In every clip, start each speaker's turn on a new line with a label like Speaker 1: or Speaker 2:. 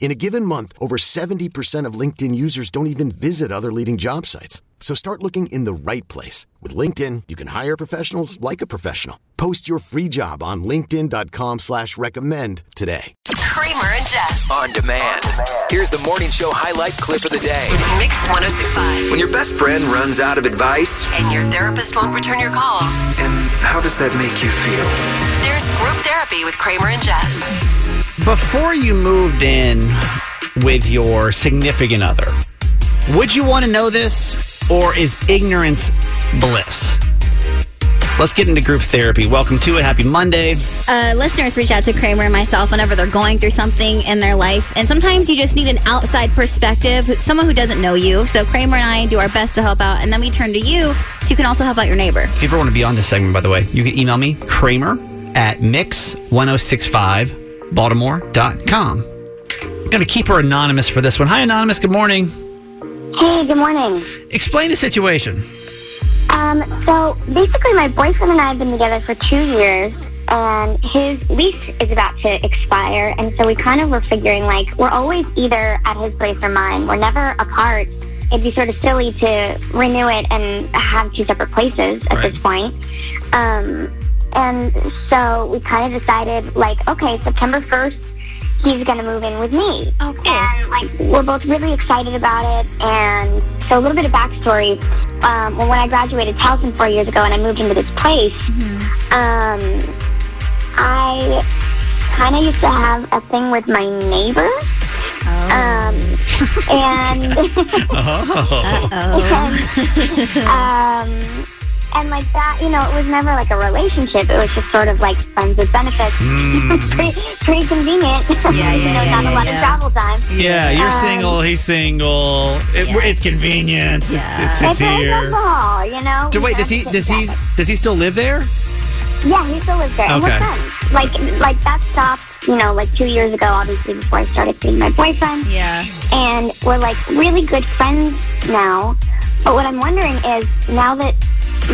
Speaker 1: In a given month, over 70% of LinkedIn users don't even visit other leading job sites. So start looking in the right place. With LinkedIn, you can hire professionals like a professional. Post your free job on linkedin.com slash recommend today.
Speaker 2: Kramer and Jess.
Speaker 3: On demand. Here's the morning show highlight clip of the day.
Speaker 2: Mix 1065.
Speaker 3: When your best friend runs out of advice,
Speaker 2: And your therapist won't return your calls.
Speaker 3: and how does that make you feel?
Speaker 2: There's group therapy with Kramer and Jess.
Speaker 4: Before you moved in with your significant other, would you want to know this or is ignorance bliss? Let's get into group therapy. Welcome to it. Happy Monday.
Speaker 5: uh, listeners reach out to Kramer and myself whenever they're going through something in their life. And sometimes you just need an outside perspective, someone who doesn't know you. So Kramer and I do our best to help out. And then we turn to you so you can also help out your neighbor.
Speaker 4: If you ever want to be on this segment, by the way, you can email me, Kramer at mix1065baltimore.com. I'm going to keep her anonymous for this one. Hi, Anonymous. Good morning.
Speaker 6: Hey, good morning.
Speaker 4: Explain the situation.
Speaker 6: Um, so basically, my boyfriend and I have been together for two years, and his lease is about to expire. And so we kind of were figuring like we're always either at his place or mine. We're never apart. It'd be sort of silly to renew it and have two separate places at
Speaker 4: Right.
Speaker 6: this point. Um, and so we kind of decided like, okay, September first, he's going to move in with me.
Speaker 5: Oh, cool.
Speaker 6: And like we're both really excited about it. And so a little bit of backstory. Um, well, when I graduated Towson four years ago and I moved into this place,
Speaker 5: Mm-hmm.
Speaker 6: um, I kind of used to have a thing with my neighbor.
Speaker 5: Oh.
Speaker 6: Um, and
Speaker 5: Uh-oh.
Speaker 6: um, and like that, you know, it was never like a relationship. It was just sort of like friends with benefits. pretty, pretty convenient.
Speaker 5: Yeah, yeah,
Speaker 6: you know,
Speaker 5: yeah,
Speaker 6: not
Speaker 5: yeah,
Speaker 6: a lot
Speaker 5: yeah.
Speaker 6: of travel time.
Speaker 4: Yeah, you're
Speaker 6: Um,
Speaker 4: single, he's single. It,
Speaker 5: Yeah.
Speaker 4: It's convenient.
Speaker 5: Yeah.
Speaker 4: It's, it's, it's
Speaker 6: It's like a
Speaker 4: here.
Speaker 6: ball, you know.
Speaker 4: uh, Do, wait, does he does he does he still live there?
Speaker 6: Yeah, he still lives there. And we're
Speaker 4: Okay.
Speaker 6: friends. Like, like that stopped, you know, like two years ago, obviously, before I started seeing my boyfriend.
Speaker 5: Yeah.
Speaker 6: and we're like really good friends now. But what I'm wondering is now that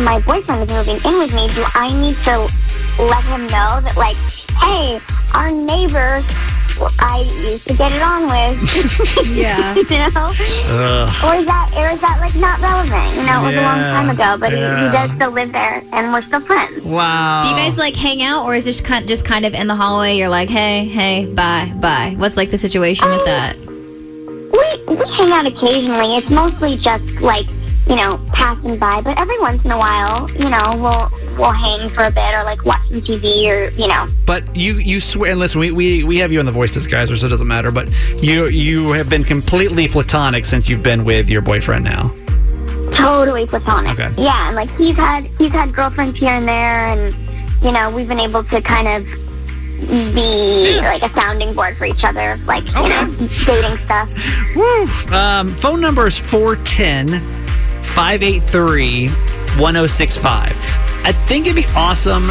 Speaker 6: my boyfriend is moving in with me, do I need to let him know that like, hey, our neighbor I used to get it on with,
Speaker 5: Yeah.
Speaker 6: you know? Or is that or is that like not relevant? You know, it was a long
Speaker 4: Yeah,
Speaker 6: time ago, but he,
Speaker 4: yeah.
Speaker 6: he does still live there and we're still friends.
Speaker 4: Wow.
Speaker 5: Do you guys like hang out or is it just kind, just kind of in the hallway? You're like, hey, hey, bye, bye. What's like the situation with that?
Speaker 6: We we hang out occasionally. It's mostly just like you know passing by, but every once in a while, you know, we'll we'll hang for a bit or like watch some TV or you know.
Speaker 4: But you you swear and listen, we, we we have you on the voice disguiser, so it doesn't matter. But you you have been completely platonic since you've been with your boyfriend now.
Speaker 6: Totally platonic.
Speaker 4: Okay.
Speaker 6: Yeah, and like he's had he's had girlfriends here and there, and you know we've been able to kind of be like a sounding board for each other, like you know dating stuff.
Speaker 4: Um, phone number is 410 583 1065. I think it'd be awesome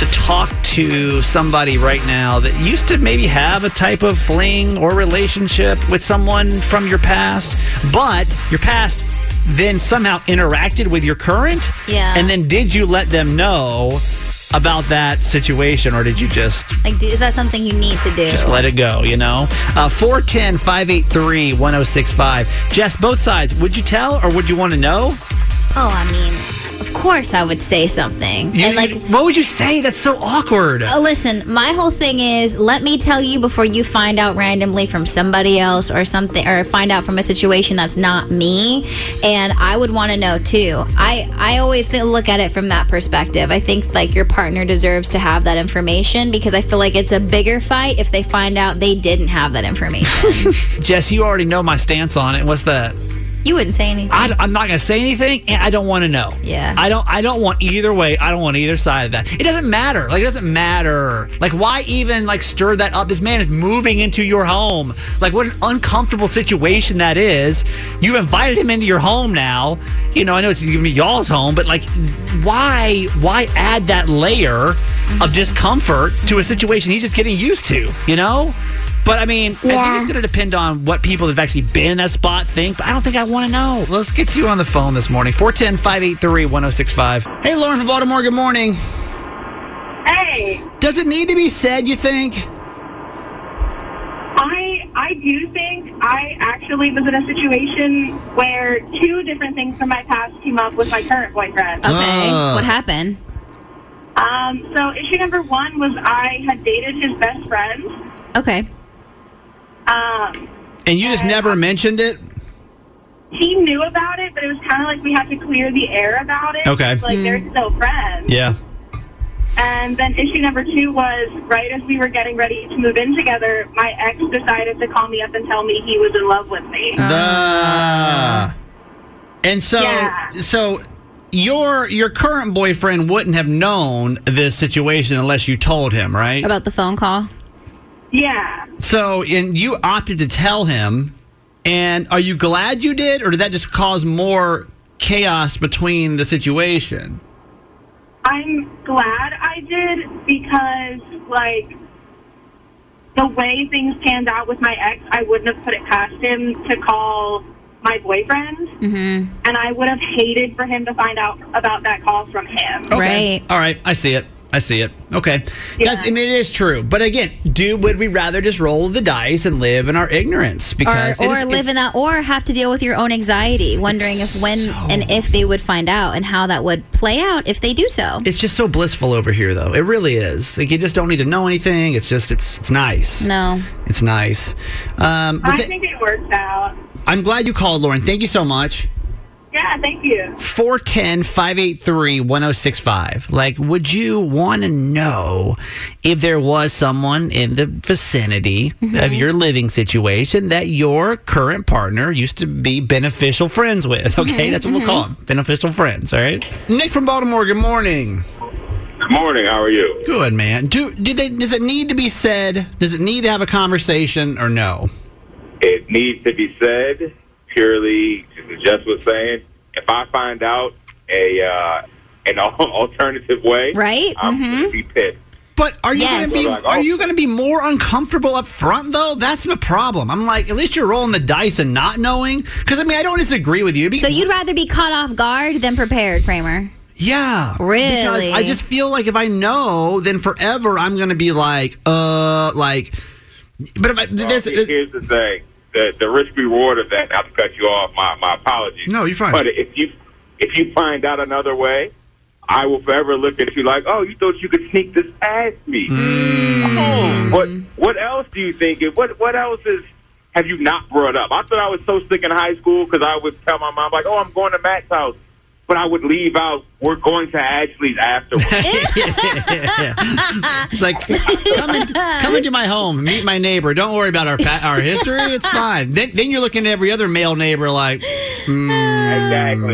Speaker 4: to talk to somebody right now that used to maybe have a type of fling or relationship with someone from your past, but your past then somehow interacted with your current.
Speaker 5: Yeah.
Speaker 4: And then did you let them know about that situation or did you just
Speaker 5: Like, do, is that something you need to do?
Speaker 4: just let it go, you know? Uh, 410 583 1065. Jess, both sides, would you tell or would you want to know?
Speaker 5: oh, I mean, of course I would say something.
Speaker 4: You-
Speaker 5: and like,
Speaker 4: you- what would you say? That's so awkward.
Speaker 5: oh, listen, my whole thing is let me tell you before you find out randomly from somebody else or something, or find out from a situation that's not me. And I would want to know too. I I always th- look at it from that perspective. I think like your partner deserves to have that information because I feel like it's a bigger fight if they find out they didn't have that information.
Speaker 4: Jess, you already know my stance on it. What's that?
Speaker 5: you wouldn't say anything.
Speaker 4: I, am not going to say anything, and I don't want to know.
Speaker 5: Yeah.
Speaker 4: I don't. I don't want either way. I don't want either side of that. It doesn't matter. Like it doesn't matter. Like why even like stir that up? This man is moving into your home. Like what an uncomfortable situation that is. You've invited him into your home now. You know, I know it's going to be y'all's home, but like, why? Why add that layer of discomfort to a situation he's just getting used to? You know. But I mean, I think
Speaker 6: Yeah.
Speaker 4: it's going to depend on what people that have actually been in that spot think. But I don't think I want to know. Let's get you on the phone this morning 410 583 1065. Hey, Lauren from Baltimore, good morning.
Speaker 7: Hey,
Speaker 4: Does it need to be said, you think?
Speaker 7: I I do think I actually was in a situation where two different things from my past came up with my current boyfriend.
Speaker 5: Okay,
Speaker 4: Ah.
Speaker 5: what happened?
Speaker 7: Um, so issue number one was I had dated his best friend.
Speaker 5: Okay.
Speaker 7: Um,
Speaker 4: And you just never mentioned it?
Speaker 7: he knew about it, but it was kind of like we had to clear the air about it.
Speaker 4: Okay.
Speaker 7: like they're still friends.
Speaker 4: Yeah.
Speaker 7: And then issue number two was right as we were getting ready to move in together, my ex decided to call me up and tell me he was in love with me.
Speaker 4: Uh. and so,
Speaker 7: Yeah.
Speaker 4: so. Your your current boyfriend wouldn't have known this situation unless you told him, right?
Speaker 5: About the phone call?
Speaker 7: yeah.
Speaker 4: So, and you opted to tell him. And are you glad you did, or did that just cause more chaos between the situation?
Speaker 7: I'm glad I did because, like, the way things panned out with my ex, I wouldn't have put it past him to call my boyfriend. Mm-hmm. And I would have hated for him to find out about that call from him.
Speaker 5: Right.
Speaker 4: All right. I see it. I see it. Okay.
Speaker 7: Yeah.
Speaker 4: That's, I mean, it is true. But again, do would we rather just roll the dice and live in our ignorance?
Speaker 5: Or,
Speaker 4: Because it
Speaker 5: or
Speaker 4: is-
Speaker 5: live in that, or have to deal with your own anxiety, wondering if when and if they would find out and how that would play out if they do so.
Speaker 4: It's just so blissful over here, though. It really is. Like you just don't need to know anything. It's just it's it's nice.
Speaker 5: No.
Speaker 4: It's nice. Um, but
Speaker 7: I
Speaker 4: th-
Speaker 7: think it worked out.
Speaker 4: I'm glad you called, Lauren. Thank you so much.
Speaker 7: Yeah, thank you.
Speaker 4: 410 583 1065. Like, would you want to know if there was someone in the vicinity of your living situation that your current partner used to be beneficial friends with? Okay, that's what we'll call them beneficial friends. All right. Nick from Baltimore, good morning.
Speaker 8: Good morning. How are you?
Speaker 4: Good, man. Do, do they, does it need to be said? Does it need to have a conversation or no?
Speaker 8: It needs to be said purely, as Jess was saying, if I find out a uh, an al- alternative way,
Speaker 5: Right?
Speaker 8: I'm
Speaker 7: Mm-hmm.
Speaker 5: Mhm.
Speaker 8: gonna be pissed.
Speaker 4: But are you
Speaker 5: Yes.
Speaker 4: gonna be
Speaker 8: Oh.
Speaker 4: are you gonna be more uncomfortable up front though? That's my problem. I'm like, at least you're rolling the dice and not knowing. Because I mean, I don't disagree with you. Be-
Speaker 5: So you'd rather be caught off guard than prepared, Kramer.
Speaker 4: yeah, Because
Speaker 5: Really?
Speaker 4: I just feel like if I know, then forever I'm gonna be like, uh, like. But if I,
Speaker 8: Well,
Speaker 4: there's,
Speaker 8: here's the thing: the the risk reward of that. I'll cut you off. My my apologies.
Speaker 4: uh, No, you're fine.
Speaker 8: But if you if you find out another way, I will forever look at you like, oh, you thought you could sneak this past me. Oh, what what else do you think? What what else is have you not brought up? I thought I was so sick in high school because I would tell my mom like, oh, I'm going to Matt's house. But I would leave out. We're going to Ashley's afterwards.
Speaker 4: it's like come, in, come into my home, meet my neighbor. Don't worry about our pa- our history. It's fine. Then, then you're looking at every other male neighbor like,
Speaker 8: exactly.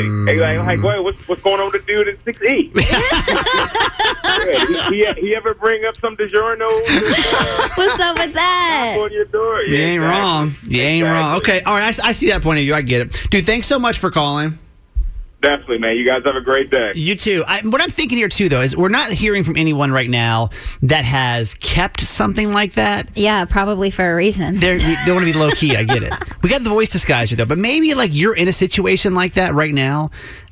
Speaker 8: And like, like, wait, what's what's going on with the dude at six E? he, he, he ever bring up some DiGiorno?
Speaker 5: What's up with that?
Speaker 8: on your door.
Speaker 4: You ain't
Speaker 8: exactly.
Speaker 4: wrong. You ain't wrong.
Speaker 8: Exactly.
Speaker 4: Okay. uh, All right. I s- I, see that point of view. I get it. Dude, thanks so much for calling.
Speaker 8: Definitely, man. You guys have a great day.
Speaker 4: You too. I, what I'm thinking here, too, though, is we're not hearing from anyone right now that has kept something like that.
Speaker 5: Yeah, probably for a reason.
Speaker 4: They're, they want to be low key. I get it. We got the voice disguiser, though, but maybe like you're in a situation like that right now.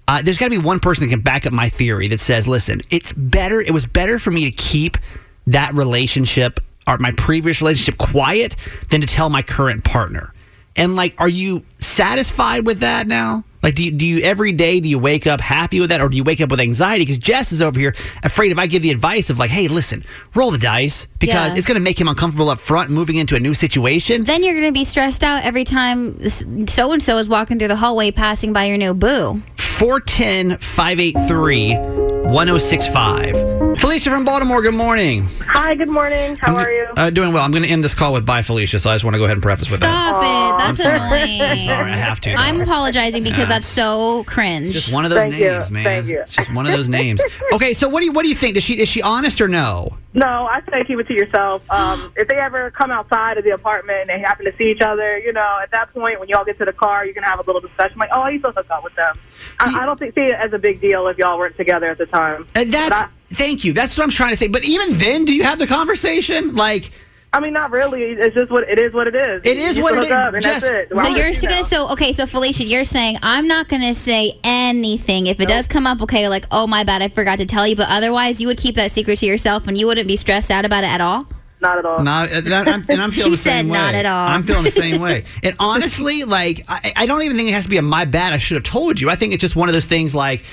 Speaker 4: Uh, there's got to be one person that can back up my theory that says, listen, it's better. It was better for me to keep that relationship or my previous relationship quiet than to tell my current partner. And like, are you satisfied with that now? Like, do you, do you every day do you wake up happy with that, or do you wake up with anxiety? Because Jess is over here afraid if I give the advice of like, hey, listen, roll the dice because
Speaker 5: Yeah.
Speaker 4: it's going to make him uncomfortable up front, moving into a new situation.
Speaker 5: Then you're going to be stressed out every time so and so is walking through the hallway passing by your new boo.
Speaker 4: 410 583 1065. Felicia from Baltimore, good morning.
Speaker 9: Hi, good morning. How are you?
Speaker 4: Uh, doing well. I'm going to end this call with bye, Felicia. So I just want to go ahead and preface with that.
Speaker 5: Stop it. That's annoying.
Speaker 4: Sorry, I have to.
Speaker 5: I'm apologizing because that's so cringe.
Speaker 4: Just one of those
Speaker 9: Thank you.
Speaker 4: names, man.
Speaker 9: Thank you.
Speaker 4: It's just one of those names. Okay, so what do you what do you think? Does she is she honest or no?
Speaker 9: no, I say keep it to yourself. Um, if they ever come outside of the apartment and they happen to see each other, you know, at that point when y'all get to the car, you're gonna have a little discussion. Like, oh, I used to hook up with them. I, I don't think, see it as a big deal if y'all weren't together at the time.
Speaker 4: Uh, that's
Speaker 9: But
Speaker 4: thank you. That's what I'm trying to say. But even then, do you have the conversation? Like
Speaker 9: I, I mean, not really. It's just what it is. What it is.
Speaker 4: It is
Speaker 9: You
Speaker 4: what
Speaker 9: hook
Speaker 4: it is.
Speaker 9: up and that's
Speaker 4: Just-
Speaker 9: it.
Speaker 5: So
Speaker 9: Why would
Speaker 5: you're
Speaker 9: you
Speaker 5: just gonna
Speaker 9: know?
Speaker 5: so okay. So Felicia, you're saying I'm not gonna say anything. If it does come up, okay, like oh my bad, I forgot to tell you. But otherwise, you would keep that secret to yourself, and you wouldn't be stressed out about it at all.
Speaker 9: not at all.
Speaker 4: No, and I- I'm, and I'm feeling
Speaker 5: She
Speaker 4: the
Speaker 5: said
Speaker 4: same way.
Speaker 5: not at all.
Speaker 4: I'm feeling the same way. And honestly, like I, I don't even think it has to be a my bad. I should have told you. I think it's just one of those things. Like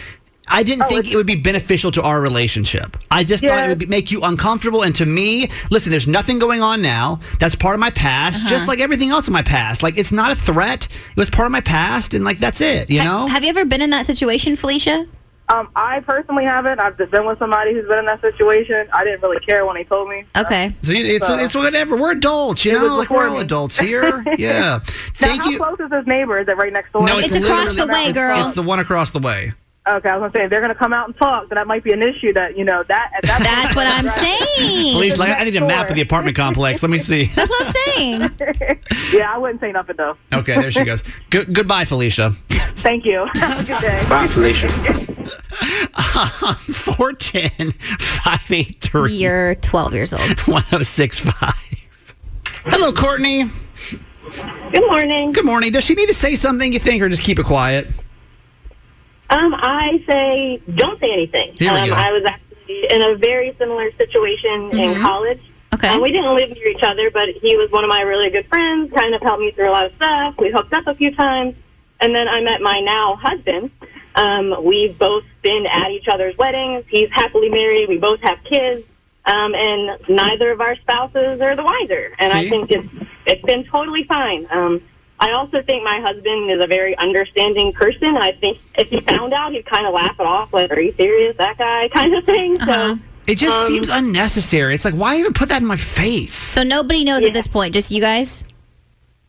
Speaker 4: I didn't think it would be beneficial to our relationship. I just thought it
Speaker 9: Oh, Yeah.
Speaker 4: would be, make you uncomfortable. And to me, listen, there's nothing going on now. That's part of my past,
Speaker 9: Uh-huh.
Speaker 4: just like everything else in my past. Like it's not a threat. It was part of my past, and like that's it. You know.
Speaker 5: Have you ever been in that situation, Felicia?
Speaker 9: Um, I personally haven't. I've just been with somebody who's been in that situation. I didn't really care when they told me.
Speaker 5: Okay.
Speaker 4: so you- it's, it's whatever. We're adults, you
Speaker 9: It was
Speaker 4: know. Like we're
Speaker 9: before
Speaker 4: all
Speaker 9: me.
Speaker 4: adults here. Yeah.
Speaker 9: Now,
Speaker 4: Thank
Speaker 9: how
Speaker 4: you.
Speaker 9: close is this neighbor? Is it right next door?
Speaker 4: No,
Speaker 5: It's across the
Speaker 4: literally-
Speaker 5: way, girl.
Speaker 4: It's the one across the way.
Speaker 9: Okay, I was gonna say if they're gonna come out and talk, then that might be an issue. That you know that at that
Speaker 5: That's what I'm saying.
Speaker 4: Please, like, I need a map
Speaker 9: Sure.
Speaker 4: of the apartment complex. Let me see.
Speaker 5: That's what I'm saying.
Speaker 9: yeah, I wouldn't say nothing though.
Speaker 4: Okay, there she goes. Good, goodbye, Felicia.
Speaker 9: Thank you. Have a good day.
Speaker 8: Bye, Felicia.
Speaker 4: 410 583
Speaker 5: You're 12 years old.
Speaker 4: 1065. Hello, Courtney.
Speaker 7: Good morning.
Speaker 4: Good morning. Does she need to say something, you think, or just keep it quiet?
Speaker 7: Um, I say don't say anything.
Speaker 4: Here we
Speaker 7: um,
Speaker 4: go.
Speaker 7: I was actually in a very similar situation
Speaker 5: Mm-hmm.
Speaker 7: in college.
Speaker 4: Mm.
Speaker 5: Okay.
Speaker 7: Um, we didn't live near each other, but he was one of my really good friends, kind of helped me through a lot of stuff. We hooked up a few times. And then I met my now husband. Um, we've both been at each other's weddings. He's happily married. We both have kids. Um, and neither of our spouses are the wiser. And
Speaker 4: See?
Speaker 7: I think it's, it's been totally fine. Um, I also think my husband is a very understanding person. I think if he found out, he'd kind of laugh it off, like, are you serious, that guy, kind of thing.
Speaker 5: Uh-huh.
Speaker 7: So
Speaker 4: It just
Speaker 7: Um,
Speaker 4: seems unnecessary. It's like, why even put that in my face?
Speaker 5: So nobody knows
Speaker 7: Yeah.
Speaker 5: at this point, just you guys.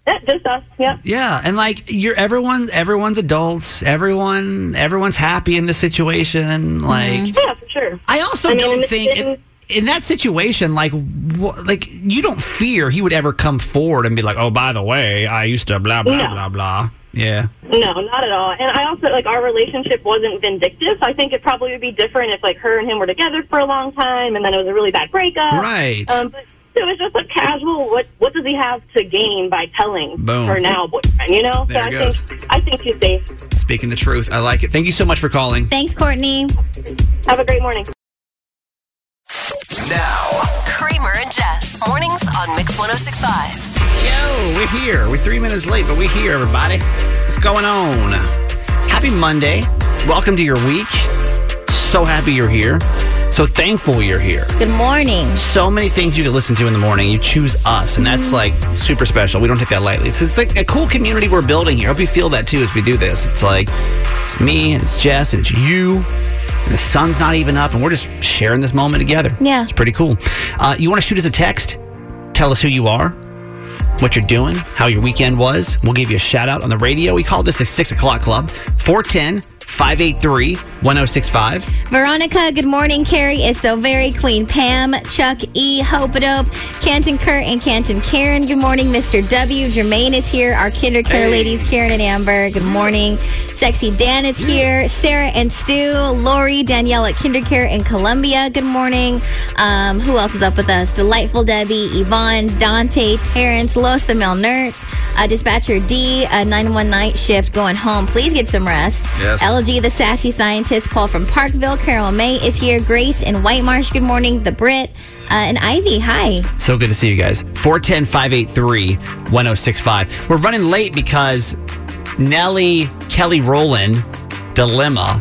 Speaker 7: that's just us. Yep.
Speaker 4: Yeah, and like you're everyone, everyone's adults. Everyone, everyone's happy in this situation. Like,
Speaker 7: Yeah, for sure.
Speaker 4: I also
Speaker 7: I mean,
Speaker 4: don't
Speaker 7: and it's
Speaker 4: think in,
Speaker 7: been-
Speaker 4: in that situation, like, wha- like you don't fear he would ever come forward and be like, "Oh, by the way, I used to blah blah
Speaker 7: No.
Speaker 4: blah blah." Yeah,
Speaker 7: No, not at all. And I also like our relationship wasn't vindictive. I think it probably would be different if like her and him were together for a long time, and then it was a really bad breakup.
Speaker 4: right.
Speaker 7: Um, but it was just a casual. What what does he have to gain by telling
Speaker 4: Boom.
Speaker 7: her now boyfriend? You know.
Speaker 4: There
Speaker 7: so I
Speaker 4: it goes.
Speaker 7: think I think she's safe.
Speaker 4: Speaking the truth, I like it. Thank you so much for calling.
Speaker 5: Thanks, Courtney.
Speaker 7: Have a great morning.
Speaker 3: Now,
Speaker 2: Kramer and Jess. Mornings on Mix 1065.
Speaker 4: Yo, we're here. We're three minutes late, but we're here, everybody. What's going on? Happy Monday. Welcome to your week. So happy you're here. So thankful you're here.
Speaker 5: Good morning.
Speaker 4: so many things you can listen to in the morning. You choose us, and that's like super special. We don't take that lightly. It's, it's like a cool community we're building here. Hope you feel that too as we do this. It's like it's me and it's Jess and it's you. And the sun's not even up, and we're just sharing this moment together.
Speaker 5: Yeah.
Speaker 4: it's pretty cool. Uh, you want to shoot us a text? Tell us who you are, what you're doing, how your weekend was. We'll give you a shout out on the radio. We call this a six o'clock club. 410 583 1065.
Speaker 5: Veronica, good morning. Carrie is so very queen. Pam, Chuck E, Hopadope, Canton Kurt, and Canton Karen. Good morning, Mr. W. Jermaine is here. Our kinder care ladies, Karen and Amber. Good morning. Sexy Dan is here. Sarah and Stu, Lori, Danielle at Kinder Care in Columbia. Good morning. Um, who else is up with us? Delightful Debbie, Yvonne, Dante, Terrence, Los, the male nurse, uh, Dispatcher D, a 919 shift going home. Please get some rest.
Speaker 4: Yes.
Speaker 5: Ella LG, the sassy scientist, Paul from Parkville, Carol May is here, Grace in White Marsh, good morning, the Brit, uh, and Ivy, hi.
Speaker 4: So good to oh see you guys. 410 583 1065. We're running late because Nellie Kelly Rowland Dilemma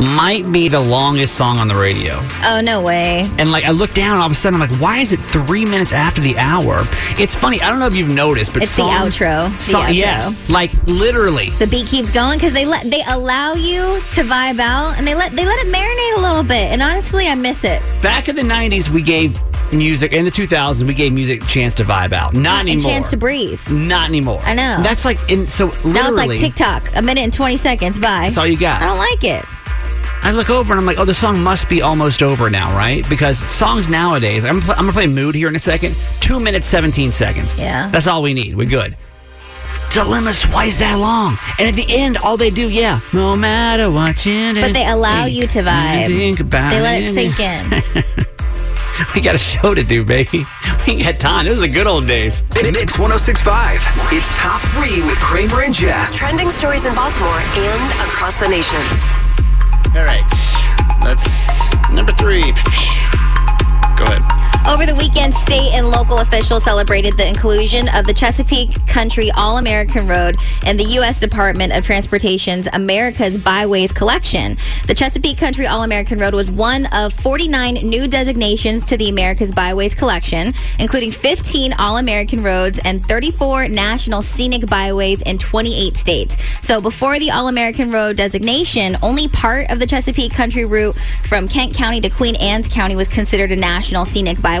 Speaker 4: might be the longest song on the radio.
Speaker 5: Oh, no way.
Speaker 4: And like I look down, and all of a sudden I'm like, why is it three minutes after the hour? It's funny. I don't know if you've noticed, but
Speaker 5: It's the
Speaker 4: songs,
Speaker 5: outro. The
Speaker 4: song-
Speaker 5: outro.
Speaker 4: Yes, like literally.
Speaker 5: The beat keeps going because they let they allow you to vibe out and they let they let it marinate a little bit. And honestly, I miss it.
Speaker 4: Back in the '90s, we gave music. In the 2000s, we gave music a chance to vibe out. Not
Speaker 5: A
Speaker 4: anymore.
Speaker 5: chance to breathe.
Speaker 4: Not anymore.
Speaker 5: I know.
Speaker 4: That's like in so literally.
Speaker 5: That was like TikTok, a minute and twenty seconds. Bye.
Speaker 4: That's all you got.
Speaker 5: I don't like it.
Speaker 4: I look over and I'm like, oh, the song must be almost over now, right? Because songs nowadays, I'm, pl- I'm gonna play Mood here in a second. Two minutes, 17 seconds.
Speaker 5: Yeah.
Speaker 4: That's all we need. We're good. Dilemmas, why is that long? And at the end, all they do, yeah, no matter what you do.
Speaker 5: But they allow
Speaker 4: think-
Speaker 5: you to vibe.
Speaker 4: Think about
Speaker 5: They let
Speaker 4: it.
Speaker 5: it sink in.
Speaker 4: We got a show to do, baby. We got time. This is the good old days.
Speaker 3: Mix 1065. It's top three with Kramer and Jess.
Speaker 2: Trending stories in Baltimore and across the nation.
Speaker 4: All right. That's number three. Go ahead.
Speaker 5: Over the weekend, state and local officials celebrated the inclusion of the Chesapeake Country All American Road in the U.S. Department of Transportation's America's Byways collection. The Chesapeake Country All American Road was one of 49 new designations to the America's Byways collection, including 15 All American roads and 34 national scenic byways in 28 states. So before the All American Road designation, only part of the Chesapeake Country route from Kent County to Queen Anne's County was considered a national scenic byway.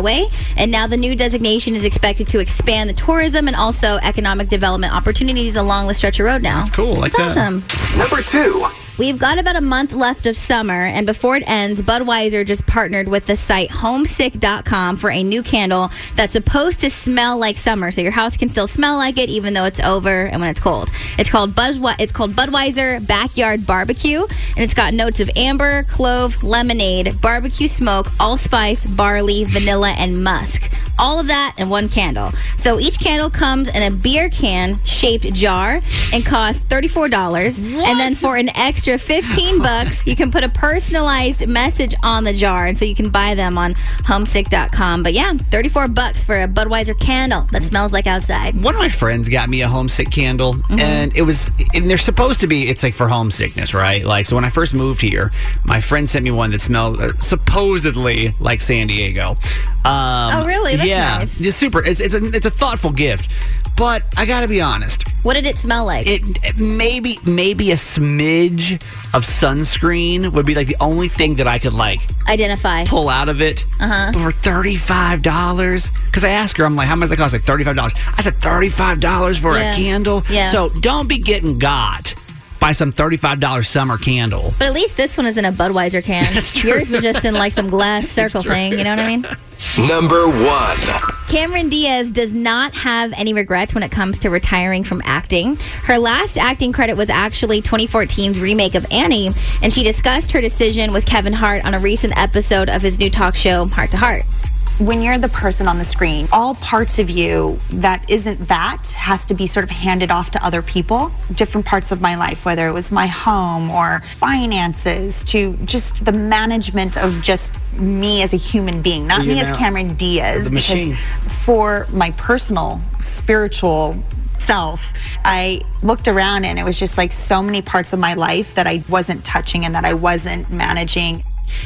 Speaker 5: And now the new designation is expected to expand the tourism and also economic development opportunities along the stretch of road now. That's
Speaker 4: cool. I like
Speaker 5: That's
Speaker 4: that.
Speaker 5: awesome.
Speaker 3: Number two.
Speaker 5: We've got about a month left of summer, and before it ends, Budweiser just partnered with the site homesick.com for a new candle that's supposed to smell like summer. So your house can still smell like it even though it's over and when it's cold. It's called Buzz it's called Budweiser Backyard Barbecue, and it's got notes of amber, clove, lemonade, barbecue smoke, allspice, barley, vanilla, and musk. All of that in one candle. So each candle comes in a beer can shaped jar and costs $34. And then for an extra 15 bucks, you can put a personalized message on the jar. And so you can buy them on homesick.com. But yeah, 34 bucks for a Budweiser candle that smells like outside.
Speaker 4: one of my friends got me a homesick candle
Speaker 5: Mm-hmm.
Speaker 4: and it was and they're supposed to be it's like for homesickness right like so when i first moved here my friend sent me one that smelled uh, supposedly like san diego um, oh
Speaker 5: really? That's
Speaker 4: yeah
Speaker 5: nice.
Speaker 4: just super it's, it's, a, it's a thoughtful gift but i gotta be honest
Speaker 5: What did it smell like?
Speaker 4: it it- maybe maybe a smidge of sunscreen would be like the only thing that i could like
Speaker 5: Identify.
Speaker 4: pull out of it uh-huh. for thirty-five dollars. Because I asked her, I'm like, "How much does that cost?" Like thirty-five dollars. I said thirty-five dollars for
Speaker 5: Yeah.
Speaker 4: a candle.
Speaker 5: Yeah.
Speaker 4: So don't be getting got by some thirty-five dollar summer candle.
Speaker 5: But at least this one is in a Budweiser can.
Speaker 4: That's true.
Speaker 5: Yours was just in like some glass circle thing. You know what I mean?
Speaker 3: Number one.
Speaker 5: Cameron Diaz does not have any regrets when it comes to retiring from acting. Her last acting credit was actually 2014's remake of Annie, and she discussed her decision with Kevin Hart on a recent episode of his new talk show, Heart to Heart.
Speaker 10: when you're the person on the screen, all parts of you that isn't that has to be sort of handed off to other people. Different parts of my life, whether it was my home or finances, to just the management of just me as a human being, not me as Cameron Diaz.
Speaker 4: the machine.
Speaker 10: for my personal spiritual self, I looked around and it was just like so many parts of my life that I wasn't touching and that I wasn't managing.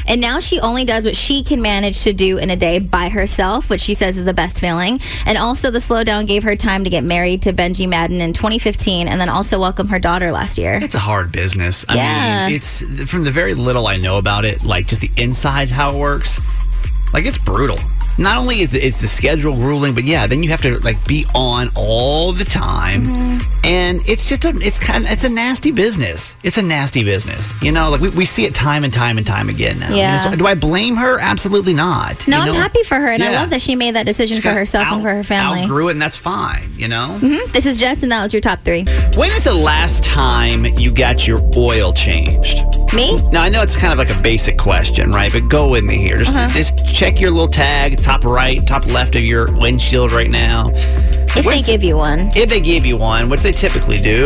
Speaker 5: And now she only does what she can manage to do in a day by herself, which she says is the best feeling. And also, the slowdown gave her time to get married to Benji Madden in 2015 and then also welcome her daughter last year.
Speaker 4: It's a hard business. I
Speaker 5: Yeah.
Speaker 4: mean, it's from the very little I know about it, like just the inside how it works. Like it's brutal. Not only is the, it's the schedule grueling, but yeah, then you have to like be on all the time,
Speaker 5: Mm-hmm.
Speaker 4: and it's just a it's kind of, it's a nasty business. It's a nasty business, you know. Like we, we see it time and time and time again now. you know,
Speaker 5: Yeah.
Speaker 4: so do I blame her? Absolutely not.
Speaker 5: No,
Speaker 4: you
Speaker 5: I'm
Speaker 4: know?
Speaker 5: happy for her, and I
Speaker 4: Yeah.
Speaker 5: love that she made that decision
Speaker 4: She
Speaker 5: for
Speaker 4: kinda
Speaker 5: herself and
Speaker 4: out-
Speaker 5: for her family. Mm-hmm.
Speaker 4: Outgrew it, and that's fine. You know.
Speaker 5: This is Jess, and that was your top three.
Speaker 4: When is the last time you got your oil changed?
Speaker 5: Me?
Speaker 4: Now I know it's kind of like a basic question, right? But go with me here.
Speaker 5: Uh-huh.
Speaker 4: Just just check your little tag, top right, top left of your windshield right now.
Speaker 5: If they
Speaker 4: When's-
Speaker 5: give you one.
Speaker 4: if they give you one, which they typically do.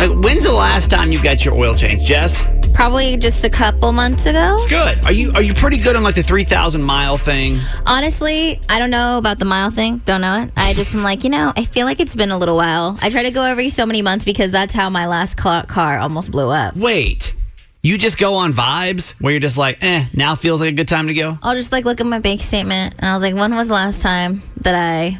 Speaker 4: Like when's the last time you got your oil changed, Jess?
Speaker 5: Probably just a couple months ago.
Speaker 4: It's good. Are you are you pretty good on like the three thousand mile thing?
Speaker 5: Honestly, I don't know about the mile thing. Don't know it. I just am like, you know, I feel like it's been a little while. I try to go every so many months because that's how my last ca- car almost blew up.
Speaker 4: Wait, you just go on vibes where you're just like, eh, now feels like a good time to go.
Speaker 5: I'll just like look at my bank statement and I was like, when was the last time that I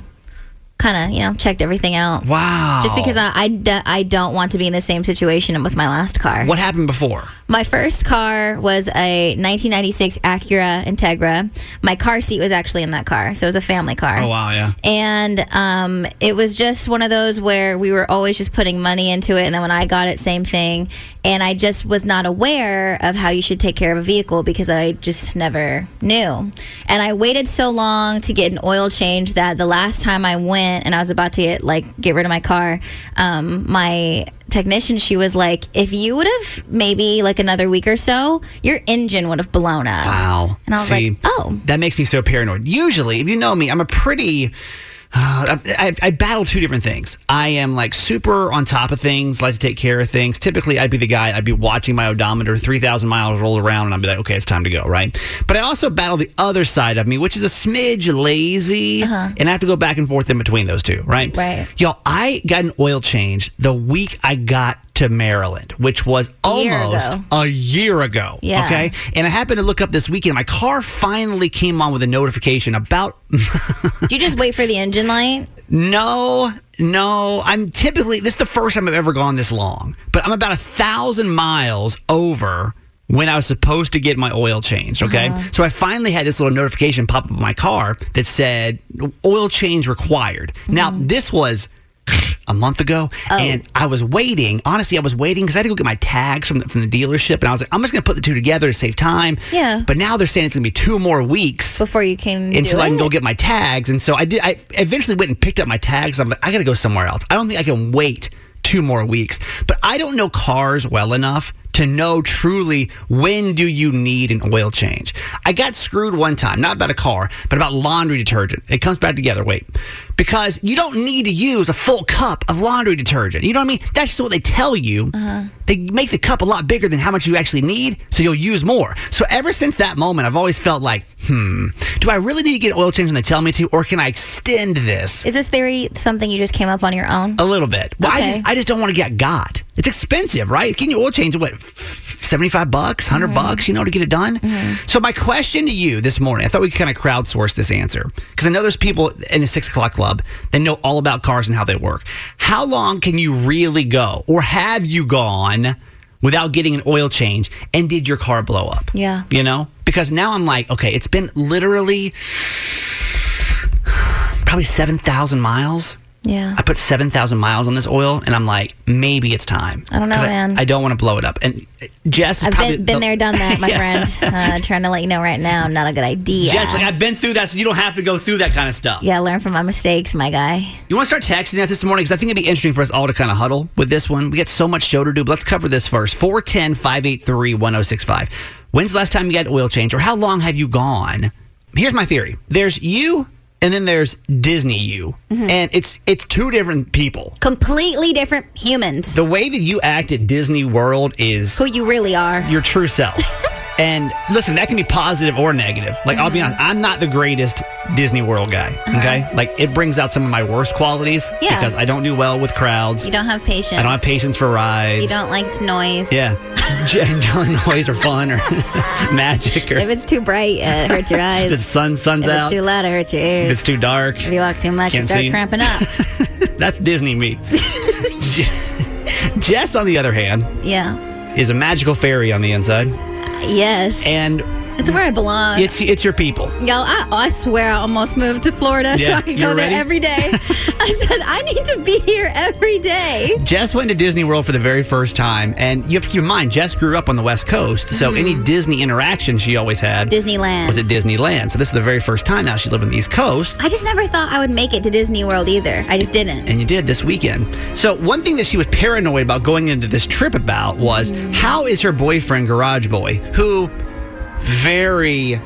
Speaker 5: kind of, you know, checked everything out?
Speaker 4: Wow.
Speaker 5: Just because I, I, d- I don't want to be in the same situation with my last car.
Speaker 4: What happened before?
Speaker 5: My first car was a 1996 Acura Integra. My car seat was actually in that car, so it was a family car.
Speaker 4: Oh wow, yeah.
Speaker 5: And um, it was just one of those where we were always just putting money into it. And then when I got it, same thing. And I just was not aware of how you should take care of a vehicle because I just never knew. And I waited so long to get an oil change that the last time I went and I was about to get like get rid of my car, um, my technician she was like if you would have maybe like another week or so your engine would have blown up
Speaker 4: Wow.
Speaker 5: and i was
Speaker 4: See,
Speaker 5: like oh
Speaker 4: That makes me so paranoid. Usually, if you know me, I'm a pretty. Uh, I, I, I battle two different things. I am like super on top of things, like to take care of things. Typically, I'd be the guy, I'd be watching my odometer 3,000 miles roll around, and I'd be like, okay, it's time to go, right? But I also battle the other side of me, which is a smidge lazy, and I have to go back and forth in between those two, right?
Speaker 5: Uh-huh. Right.
Speaker 4: Y'all, I got an oil change the week I got to Maryland, which was
Speaker 5: year
Speaker 4: almost
Speaker 5: ago.
Speaker 4: a year ago.
Speaker 5: Yeah.
Speaker 4: Okay. And I happened to look up this weekend. My car finally came on with a notification about
Speaker 5: do you just wait for the engine light
Speaker 4: no, no. I'm typically, this is the first time I've ever gone this long, but I'm about a thousand miles over when I was supposed to get my oil changed. Okay. So I finally had this little notification pop up on my car that said oil change required. Now, this was. A month ago, and I was waiting. Honestly, I was waiting because I had to go get my tags from the, from the dealership, and I was like, "I'm just going to put the two together to save time."
Speaker 5: Yeah.
Speaker 4: But now they're saying it's going to be two more weeks
Speaker 5: before you can
Speaker 4: until
Speaker 5: do
Speaker 4: I can
Speaker 5: it?
Speaker 4: go get my tags. And so I did. I eventually went and picked up my tags. I'm like, I gotta go somewhere else. I don't think I can wait two more weeks. But I don't know cars well enough to know truly when do you need an oil change. I got screwed one time, not about a car, but about laundry detergent. It comes back together. Wait, because you don't need to use a full cup of laundry detergent. You know what I mean? That's just what they tell you. They make the cup a lot bigger than how much you actually need, so you'll use more. So ever since that moment, I've always felt like, hmm, do I really need to get an oil change when they tell me to, or can I extend this
Speaker 5: is this theory something you just came up on your own
Speaker 4: a little bit? Well, I
Speaker 5: Okay.
Speaker 4: just I just don't want to get got. It's expensive, right? Getting your oil change what seventy five bucks, 100
Speaker 5: Mm-hmm.
Speaker 4: bucks, you know, to get it done. So my question to you this morning, I thought we could kind of crowdsource this answer because I know there's people in the six o'clock club that know all about cars and how they work. How long can you really go, or have you gone? Without getting an oil change, and did your car blow up?
Speaker 5: Yeah.
Speaker 4: You know? Because now I'm like, okay, it's been literally probably 7,000 miles.
Speaker 5: yeah
Speaker 4: I put 7,000 miles on this oil and I'm like, maybe it's time.
Speaker 5: I don't know,
Speaker 4: 'Cause
Speaker 5: man.
Speaker 4: I don't want to blow it up. And uh, Jess, is
Speaker 5: i've
Speaker 4: probably
Speaker 5: been, been
Speaker 4: the-
Speaker 5: there done that my
Speaker 4: Yeah.
Speaker 5: friend uh, trying to let you know right now not a good idea
Speaker 4: Jess, like I've been through that, so you don't have to go through that kind of stuff.
Speaker 5: yeah learn from my mistakes my guy
Speaker 4: You want to start texting us this morning? Because I think it'd be interesting for us all to kind of huddle with this one. We got so much show to do, but let's cover this first. 410 583 1065. When's the last time you got an oil change, or how long have you gone? Here's my theory there's you, and then there's Disney you.
Speaker 5: Mm-hmm.
Speaker 4: And it's it's two different people.
Speaker 5: completely different humans
Speaker 4: The way that you act at Disney World is
Speaker 5: who you really are
Speaker 4: your true self. and listen, that can be positive or negative. Like, I'll be honest,
Speaker 5: Mm-hmm.
Speaker 4: I'm not the greatest Disney World guy. Okay. Like, it brings out some of my worst qualities
Speaker 5: Uh-huh. Yeah.
Speaker 4: because I don't do well with crowds.
Speaker 5: you don't have patience
Speaker 4: I don't have patience for rides.
Speaker 5: you don't like noise
Speaker 4: Yeah. Jelly noise or fun or
Speaker 5: if
Speaker 4: magic or
Speaker 5: it's too bright uh, it hurts your eyes
Speaker 4: the sun
Speaker 5: if
Speaker 4: sun's
Speaker 5: it's
Speaker 4: out.
Speaker 5: too loud it hurts your ears
Speaker 4: If it's too dark.
Speaker 5: if you walk too much you
Speaker 4: Can't
Speaker 5: start
Speaker 4: see.
Speaker 5: cramping up
Speaker 4: That's Disney me. Je- Jess, on the other hand,
Speaker 5: yeah
Speaker 4: is a magical fairy on the inside.
Speaker 5: yes
Speaker 4: And
Speaker 5: it's where i belong
Speaker 4: it's it's your people.
Speaker 5: Y'all, I, oh, I swear I almost moved to Florida
Speaker 4: Yeah,
Speaker 5: so I could
Speaker 4: you
Speaker 5: go
Speaker 4: were ready?
Speaker 5: there every day. I said, I need to be here every day.
Speaker 4: Jess went to Disney World for the very first time, and you have to keep in mind, Jess grew up on the West Coast, so
Speaker 5: Mm-hmm.
Speaker 4: any Disney interaction she always had
Speaker 5: Disneyland.
Speaker 4: was at Disneyland. So this is the very first time now she lived on the East Coast.
Speaker 5: I just never thought I would make it to Disney World either. I just didn't.
Speaker 4: And you did this weekend. So one thing that she was paranoid about going into this trip about was how is her boyfriend Garage Boy, who very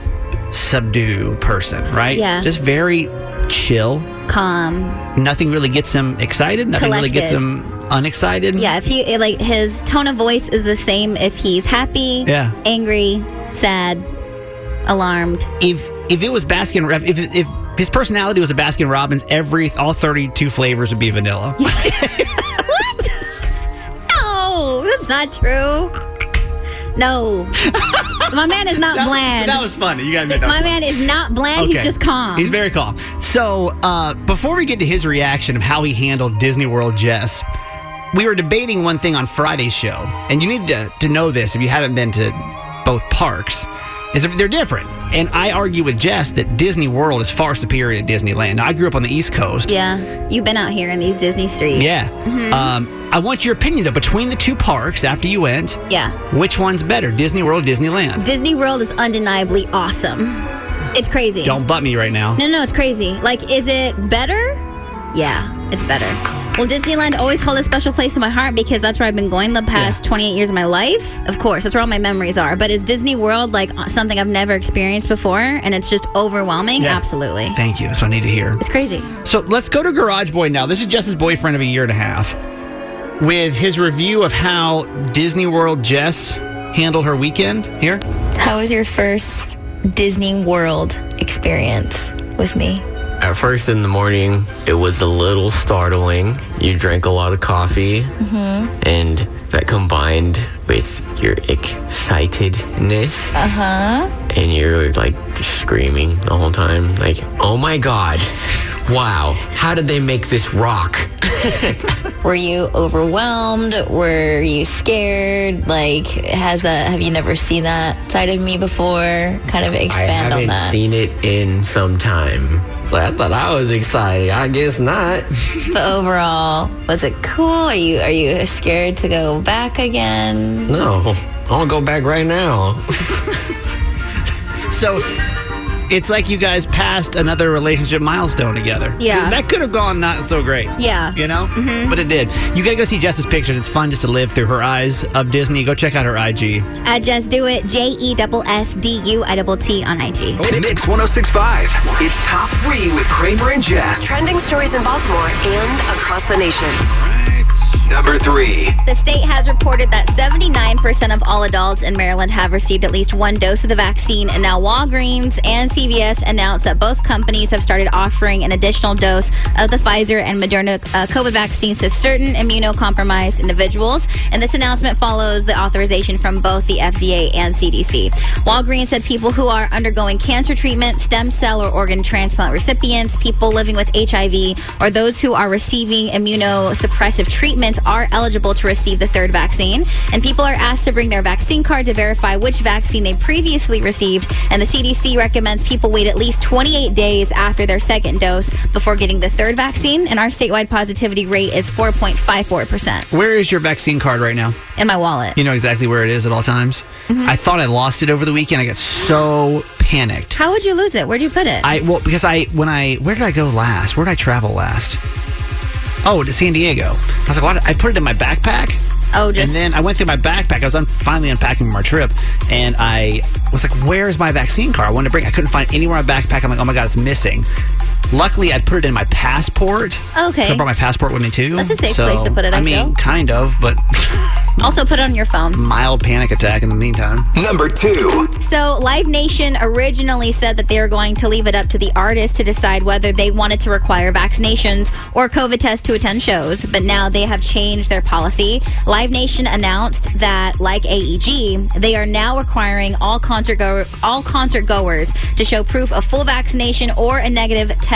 Speaker 4: subdued person, right?
Speaker 5: Yeah.
Speaker 4: Just very chill.
Speaker 5: Calm.
Speaker 4: Nothing really gets him excited. Nothing really gets
Speaker 5: Collected.
Speaker 4: him unexcited.
Speaker 5: Yeah, if he like his tone of voice is the same if he's happy,
Speaker 4: Yeah.
Speaker 5: angry, sad, alarmed.
Speaker 4: If if it was Baskin, if if his personality was a Baskin Robbins, every all thirty two flavors would be vanilla.
Speaker 5: No, that's not true. No, my man is not bland.
Speaker 4: That was funny. You got to admit that.
Speaker 5: my
Speaker 4: was
Speaker 5: man is not bland. He's
Speaker 4: Okay.
Speaker 5: just calm.
Speaker 4: He's very calm. So uh, before we get to his reaction of how he handled Disney World, Jess, we were debating one thing on Friday's show, and you need to, to know this if you haven't been to both parks, is that they're different. And I argue with Jess that Disney World is far superior to Disneyland. Now, I grew up on the East Coast.
Speaker 5: yeah, you've been out here in these Disney streets.
Speaker 4: Yeah.
Speaker 5: Mhm.
Speaker 4: Um, I want your opinion though between the two parks after you went.
Speaker 5: yeah.
Speaker 4: Which one's better, Disney World, or Disneyland?
Speaker 5: Disney World is undeniably awesome. It's crazy.
Speaker 4: Don't butt me right now.
Speaker 5: No, no, it's crazy. Like, is it better? Yeah, it's better. Will Disneyland always hold a special place in my heart because that's where I've been going the past 28 years of my life? Of course, that's where all my memories are. But is Disney World like uh, something I've never experienced before and it's just overwhelming?
Speaker 4: Yeah.
Speaker 5: Absolutely.
Speaker 4: Thank you. That's what I need to hear.
Speaker 5: It's crazy.
Speaker 4: So let's go to Garage Boy now. This is Jess's boyfriend of a year and a half with his review of how Disney World Jess handled her weekend here.
Speaker 11: How was your first Disney World experience with me?
Speaker 12: At first in the morning, it was a little startling. You drank a lot of coffee,
Speaker 11: Mm-hmm.
Speaker 12: and that combined with your excitedness,
Speaker 11: Uh huh.
Speaker 12: and you're like screaming the whole time, like, oh my god, wow, how did they make this rock?
Speaker 11: Were you overwhelmed? Were you scared? Like, has that? Have you never seen that side of me before? Kind of
Speaker 12: I
Speaker 11: expand on
Speaker 12: haven't
Speaker 11: that.
Speaker 12: seen it in some time. So I thought I was excited. I guess not.
Speaker 11: but overall, was it cool? Are you are you scared to go back again?
Speaker 12: No, I'll go back right now.
Speaker 4: So it's like you guys passed another relationship milestone together.
Speaker 5: Yeah.
Speaker 4: That could have gone not so great.
Speaker 5: Yeah. Mm-hmm.
Speaker 4: You know? But it did. You gotta go see Jess's pictures. It's fun just to live through her eyes of Disney. Go check out her IG.
Speaker 5: I just do it. J E S S D U I double T on IG.
Speaker 3: Mix 1065. It's top three with Kramer and Jess.
Speaker 2: Trending stories in Baltimore and across the nation.
Speaker 3: Number three.
Speaker 5: The state has reported that 79% of all adults in Maryland have received at least one dose of the vaccine, and now Walgreens and CVS announced that both companies have started offering an additional dose of the Pfizer and Moderna uh, COVID vaccines to certain immunocompromised individuals. And this announcement follows the authorization from both the FDA and CDC. Walgreens said people who are undergoing cancer treatment, stem cell or organ transplant recipients, people living with HIV, or those who are receiving immunosuppressive treatments are eligible to receive the third vaccine. And people are asked to bring their vaccine card to verify which vaccine they previously received. And the CDC recommends people wait at least 28 days after their second dose before getting the third vaccine. And our statewide positivity rate is 4.54%
Speaker 4: Where is your vaccine card right now?
Speaker 5: in my wallet.
Speaker 4: You know exactly where it is at all times.
Speaker 5: Mhm.
Speaker 4: I thought I lost it over the weekend. I got so panicked.
Speaker 5: How would you lose it? Where'd you put it?
Speaker 4: I well because I when I where did I go last? Where did I travel last? Oh, to San Diego. I was like, what? I put it in my backpack.
Speaker 5: Oh, just-
Speaker 4: and then I went through my backpack. I was un- finally unpacking my trip, and I was like, "Where is my vaccine card? I wanted to bring. it. I couldn't find anywhere in my backpack. I'm like, "Oh my god, it's missing." Luckily, I put it in my passport.
Speaker 5: Okay.
Speaker 4: so I brought my passport with me too.
Speaker 5: That's a safe place to put it, I
Speaker 4: mean,
Speaker 5: feel.
Speaker 4: kind of, but
Speaker 5: also put it on your phone.
Speaker 4: mild panic attack in the meantime.
Speaker 3: Number two.
Speaker 5: So, Live Nation originally said that they were going to leave it up to the artists to decide whether they wanted to require vaccinations or COVID tests to attend shows, but now they have changed their policy. Live Nation announced that, like AEG, they are now requiring all concert go- all concert goers to show proof of full vaccination or a negative test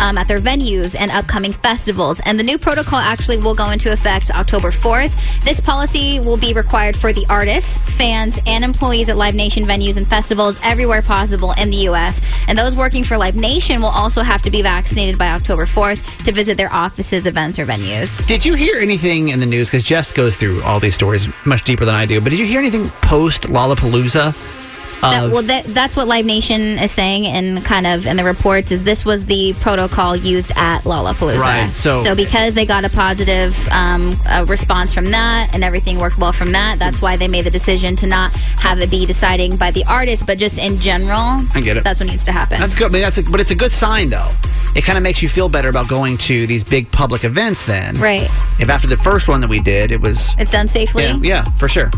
Speaker 5: um, at their venues and upcoming festivals. And the new protocol actually will go into effect October 4th. This policy will be required for the artists, fans, and employees at Live Nation venues and festivals everywhere possible in the U.S. And those working for Live Nation will also have to be vaccinated by October 4th to visit their offices, events, or venues.
Speaker 4: Did you hear anything in the news? Because Jess goes through all these stories much deeper than I do. But did you hear anything post Lollapalooza?
Speaker 5: That,
Speaker 4: of-
Speaker 5: well, that, that's what Live Nation is saying, and kind of in the reports is this was the protocol used at Lollapalooza.
Speaker 4: Right, so-
Speaker 5: because they got a positive um, uh response from that, and everything worked well from that, that's why they made the decision to not have it be deciding by the artist, but just in general.
Speaker 4: I get it.
Speaker 5: That's what needs to happen.
Speaker 4: that's good. I mean, that's a, but it's a good sign though it kind of makes you feel better about going to these big public events then.
Speaker 5: Right.
Speaker 4: If after the first one that we did, it was.
Speaker 5: It's done safely.
Speaker 4: Yeah, yeah, for sure.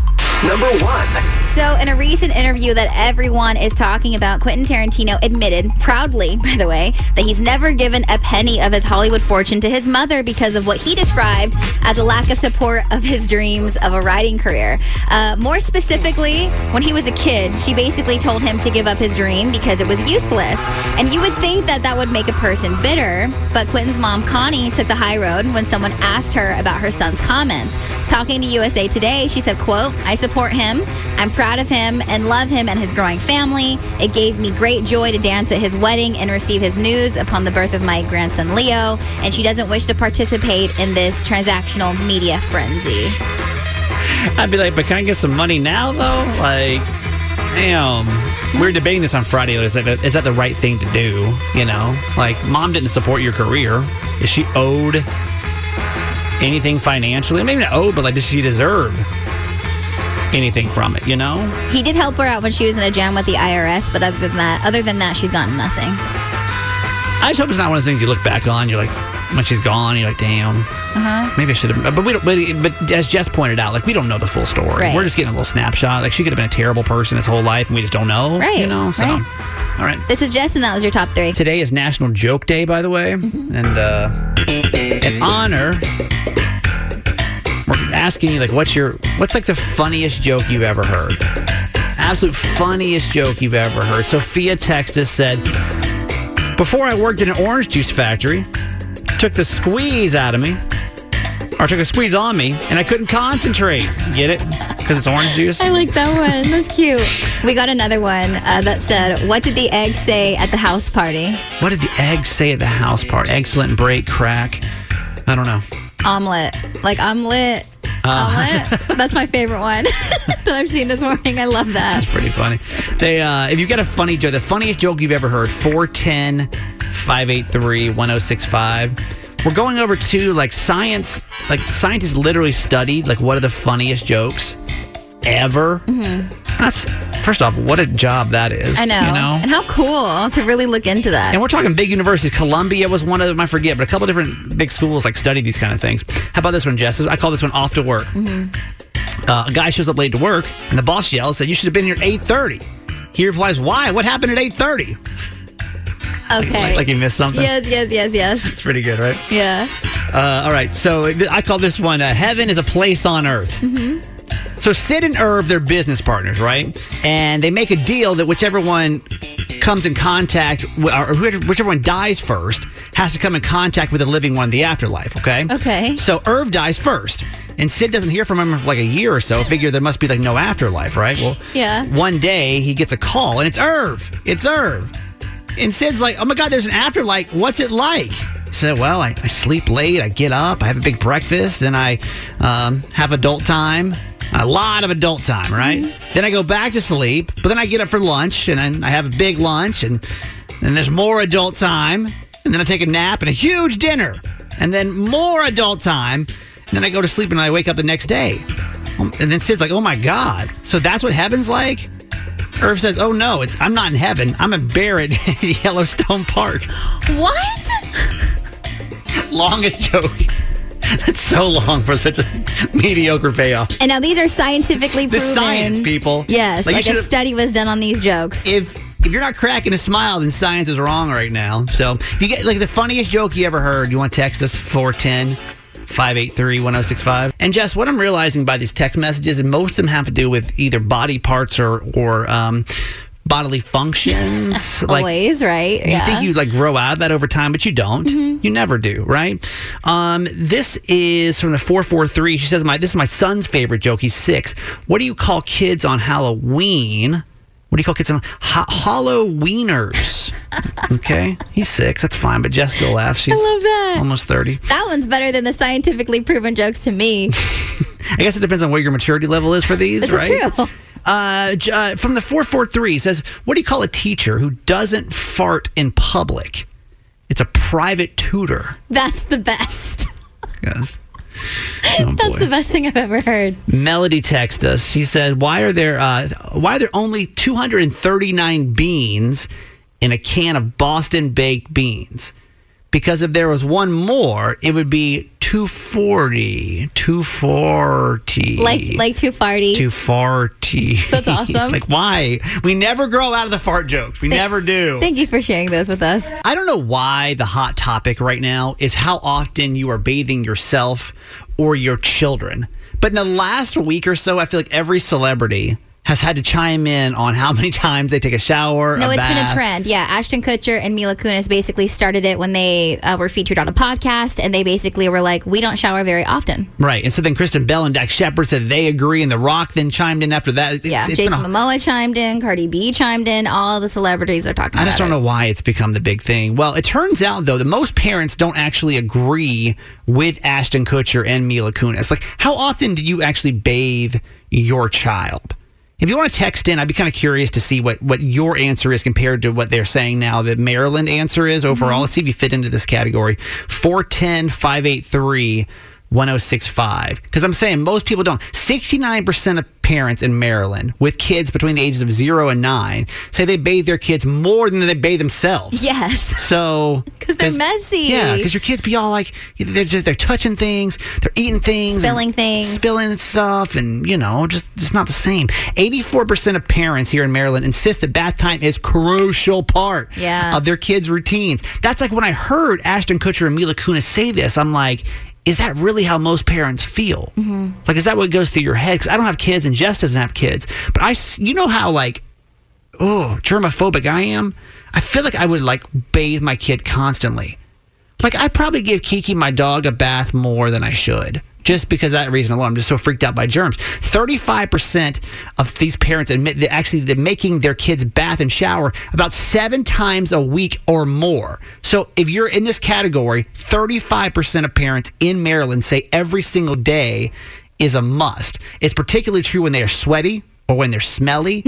Speaker 4: Number one.
Speaker 5: So, in a recent interview that everyone is talking about, Quentin Tarantino admitted, proudly, by the way, that he's never given a penny of his Hollywood fortune to his mother because of what he described as a lack of support of his dreams of a writing career. Uh, more specifically, when he was a kid, she basically told him to give up his dream because it was useless. And you would think that that would make a person bitter, but Quentin's mom, Connie, took the high road when someone asked her about her son's comments. Talking to USA Today, she said, quote, I support him. I'm proud of him and love him and his growing family. It gave me great joy to dance at his wedding and receive his news upon the birth of my grandson Leo, and she doesn't wish to participate in this transactional media frenzy.
Speaker 4: I'd be like, but can I get some money now though? Like, damn. We were debating this on Friday. Is that is that the right thing to do? You know, like mom didn't support your career. Is she owed anything financially? Maybe not owed, but like, does she deserve anything from it? You know?
Speaker 5: He did help her out when she was in a jam with the IRS, but other than that, other than that, she's gotten nothing.
Speaker 4: I just hope it's not one of those things you look back on. You're like, when she's gone, you're like, damn.
Speaker 5: Uh-huh.
Speaker 4: Maybe I should have, but we don't. But, but as Jess pointed out, like we don't know the full story.
Speaker 5: Right.
Speaker 4: We're just getting a little snapshot. Like she could have been a terrible person his whole life, and we just don't know.
Speaker 5: Right,
Speaker 4: You know. So,
Speaker 5: right.
Speaker 4: all right.
Speaker 5: This is Jess, and that was your top three.
Speaker 4: Today is National Joke Day, by the way,
Speaker 5: Mm-hmm.
Speaker 4: and uh, in honor, we're asking you like, what's your, what's like the funniest joke you've ever heard? Absolute funniest joke you've ever heard. Sophia Texas said, "Before I worked in an orange juice factory, took the squeeze out of me, or took a squeeze on me, and I couldn't concentrate. Get it? Because it's orange juice."
Speaker 5: I like that one. That's cute. We got another one uh, that said, "What did the egg say at the house party?"
Speaker 4: What did the egg say at the house part? Excellent break, crack. I don't know.
Speaker 5: Omelet, like omelet,
Speaker 4: Uh,
Speaker 5: omelet. That's my favorite one that I've seen this morning. I love that.
Speaker 4: pretty funny. They, uh, if you've got a funny joke, the funniest joke you've ever heard, 410 583 1065. We're going over to like science, like scientists literally studied like what are the funniest jokes ever. That's, first off, what a job that is.
Speaker 5: Mm-hmm. I know.
Speaker 4: You know?
Speaker 5: And how cool to really look into that.
Speaker 4: And we're talking big universities. Columbia was one of them. I forget, but a couple different big schools like study these kind of things. How about this one, Jess? I call this one off to work.
Speaker 5: Mm-hmm.
Speaker 4: Uh, a guy shows up late to work, and the boss yells that you should have been here at eight thirty. He replies, "Why? What happened at eight thirty?
Speaker 5: okay.
Speaker 4: Like, like he missed something.
Speaker 5: Yes, yes, yes, yes.
Speaker 4: It's pretty good, right?
Speaker 5: Yeah.
Speaker 4: Uh, all right, so th- I call this one uh, "Heaven is a place on earth."
Speaker 5: hmm
Speaker 4: So Sid and Irv, they're business partners, right? And they make a deal that whichever one comes in contact, wi- or whoever- whichever one dies first, has to come in contact with the living one in the afterlife. Okay.
Speaker 5: Okay.
Speaker 4: So Irv dies first, and Sid doesn't hear from him for like a year or so. Figure there must be like no afterlife, right? Well,
Speaker 5: Yeah.
Speaker 4: one day he gets a call and it's Irv. It's Irv. And Sid's like, oh my God, there's an afterlife. What's it like? He said, well, I, I sleep late. I get up. I have a big breakfast. Then I um, have adult time. A lot of adult time, right? Then I go back to sleep. But then I get up for lunch and then I have a big lunch. And then there's more adult time. And then I take a nap and a huge dinner. And then more adult time. And then I go to sleep and I wake up the next day. Um, And then Sid's like, oh my God. So that's what heaven's like? Irv says, oh no, it's I'm not in heaven. I'm in Barrett at Yellowstone Park.
Speaker 5: What?
Speaker 4: Longest joke. That's so long for such a mediocre payoff.
Speaker 5: And now these are scientifically
Speaker 4: The
Speaker 5: proven.
Speaker 4: science, people.
Speaker 5: Yes,
Speaker 4: Like, you
Speaker 5: like, a
Speaker 4: should've-
Speaker 5: study was done on these jokes.
Speaker 4: If if you're not cracking a smile, then science is wrong right now. So if you get like the funniest joke you ever heard, you want to text us 410 583 1065. And Jess, what I'm realizing by these text messages, and most of them have to do with either body parts or or um, bodily functions.
Speaker 5: Always, right?
Speaker 4: You think you like grow out of that over time, but you don't.
Speaker 5: Mm-hmm.
Speaker 4: You never do, right? Um, this is from the four four three. She says, "My this is my son's favorite joke. He's six. What do you call kids on Halloween? What do you call kids on ha- Halloweeners? okay, he's six. That's fine. But Jess still laughs. She's
Speaker 5: love that.
Speaker 4: almost thirty.
Speaker 5: that one's better than the scientifically proven jokes to me.
Speaker 4: I guess it depends on where your maturity level is for these,
Speaker 5: This is
Speaker 4: right?
Speaker 5: true.
Speaker 4: Uh, J- uh, from the 443 says, What do you call a teacher who doesn't fart in public? It's a private tutor.
Speaker 5: That's the best.
Speaker 4: Yes.
Speaker 5: That's the best thing I've ever heard.
Speaker 4: Oh, Melody texted us. She said, "Why are there uh, why are there only 239 beans in a can of Boston baked beans?" because if there was one more, it would be 240, 240.
Speaker 5: Like like too farty.
Speaker 4: 240.
Speaker 5: That's awesome.
Speaker 4: like why? We never grow out of the fart jokes. We
Speaker 5: Thank-
Speaker 4: never do.
Speaker 5: Thank you for sharing those with us.
Speaker 4: I don't know why the hot topic right now is how often you are bathing yourself or your children. But in the last week or so, I feel like every celebrity has had to chime in on how many times they take a shower.
Speaker 5: No,
Speaker 4: a
Speaker 5: it's been a
Speaker 4: bath.
Speaker 5: trend. Yeah, Ashton Kutcher and Mila Kunis basically started it when they uh, were featured on a podcast, and they basically were like, "We don't shower very often."
Speaker 4: Right. And so then Kristen Bell and Dak Shepard said they agree, and The Rock then chimed in after that. It's-
Speaker 5: yeah,
Speaker 4: it's been
Speaker 5: Jason
Speaker 4: a-
Speaker 5: Momoa chimed in, Cardi B chimed in, all the celebrities are talking.
Speaker 4: I just don't know why it's become the big thing. Well, it turns out though that most parents don't actually agree with Ashton Kutcher and Mila Kunis. Like, how often do you actually bathe your child? If you want to text in, I'd be kind of curious to see what what your answer is compared to what they're saying now. The Maryland answer is overall. Let's see if you fit into this category. 410 583 1065. Because I'm saying most people don't. 69% of parents in Maryland with kids between the ages of zero and nine say they bathe their kids more than they bathe themselves.
Speaker 5: Yes.
Speaker 4: So, because
Speaker 5: they're messy.
Speaker 4: Yeah, because your kids be all like, they're, just, they're touching things, they're eating things, and
Speaker 5: Spilling things.
Speaker 4: spilling stuff, and you know, just it's not the same. 84% of parents here in Maryland insist that bath time is crucial part
Speaker 5: Yeah.
Speaker 4: of their kids' routines. That's like when I heard Ashton Kutcher and Mila Kunis say this, I'm like, is that really how most parents feel?
Speaker 5: Mhm.
Speaker 4: Like, is that what goes through your head? 'Cause I don't have kids, and Jess doesn't have kids. But I, s- you know how like, oh, germophobic I am. I feel like I would like bathe my kid constantly. Like I probably give Kiki my dog a bath more than I should. Just because of that reason alone, I'm just so freaked out by germs. 35% of these parents admit that actually they're making their kids bath and shower about seven times a week or more. So if you're in this category, 35% of parents in Maryland say every single day is a must. It's particularly true when they are sweaty or when they're smelly.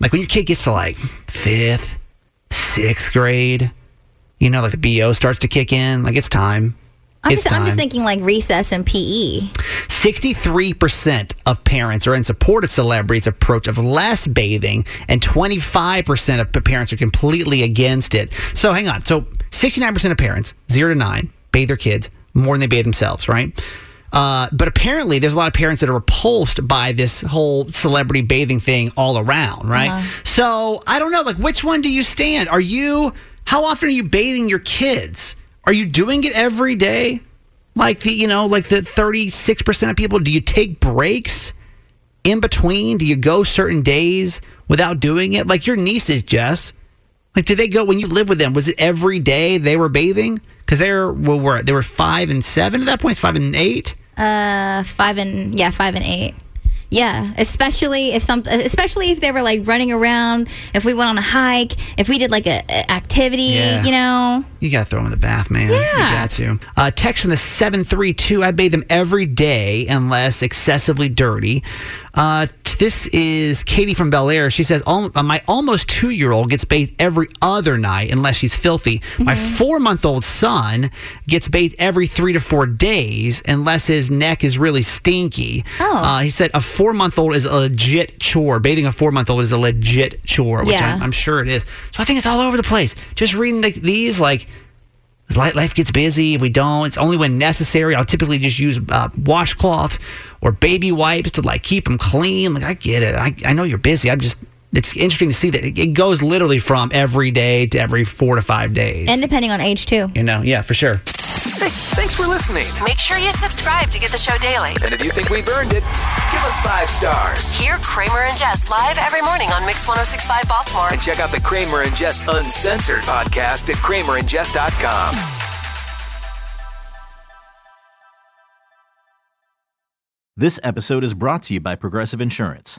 Speaker 4: like when your kid gets to like fifth, sixth grade, you know, like the BO starts to kick in, like it's time.
Speaker 5: I'm
Speaker 4: it's
Speaker 5: just, I'm just
Speaker 4: time.
Speaker 5: thinking like recess and E. PE.
Speaker 4: 63% of parents are in support of celebrities' approach of less bathing, and 25% of p- parents are completely against it. So hang on. So 69% of parents, zero to nine, bathe their kids more than they bathe themselves, right? Uh, but apparently, there's a lot of parents that are repulsed by this whole celebrity bathing thing all around, right?
Speaker 13: Uh-huh.
Speaker 4: So I don't know. Like, which one do you stand? Are you, how often are you bathing your kids? Are you doing it every day? Like the, you know, like the 36% of people, do you take breaks in between? Do you go certain days without doing it? Like your nieces, Jess, like did they go when you lived with them? Was it every day they were bathing? Because they were, what were, they were five and seven at that point, five and eight.
Speaker 5: Uh, five and yeah, five and eight. Yeah, especially if some, especially if they were like running around. If we went on a hike, if we did like a, a activity,
Speaker 4: Yeah.
Speaker 5: you know.
Speaker 4: You got to throw them in the bath, man.
Speaker 5: Yeah.
Speaker 4: You got to. Uh, text from the 732. I bathe them every day unless excessively dirty. Uh, t- this is Katie from Bel Air. She says, "Al- uh, My almost two year old gets bathed every other night unless she's filthy. My
Speaker 5: Mm-hmm.
Speaker 4: four month old son gets bathed every three to four days unless his neck is really stinky.
Speaker 5: Oh.
Speaker 4: Uh, he said, A four month old is a legit chore. Bathing a four month old is a legit chore, which
Speaker 5: Yeah.
Speaker 4: I'm, I'm sure it is. So I think it's all over the place. Just reading the, these, like, Li- life gets busy. If we don't, it's only when necessary. I'll typically just use uh, washcloth or baby wipes to like keep them clean. Like I get it. I, I know you're busy. I'm just. It's interesting to see that it, it goes literally from every day to every four to five days.
Speaker 5: And depending on age too.
Speaker 4: you know, yeah, for sure.
Speaker 2: Hey, thanks for listening. Make sure you subscribe to get the show daily.
Speaker 3: And if you think we've earned it, give us five stars.
Speaker 2: Hear Kramer and Jess live every morning on Mix 1065 Baltimore.
Speaker 3: And check out the Kramer and Jess Uncensored podcast at kramerandjess.com.
Speaker 14: This episode is brought to you by Progressive Insurance.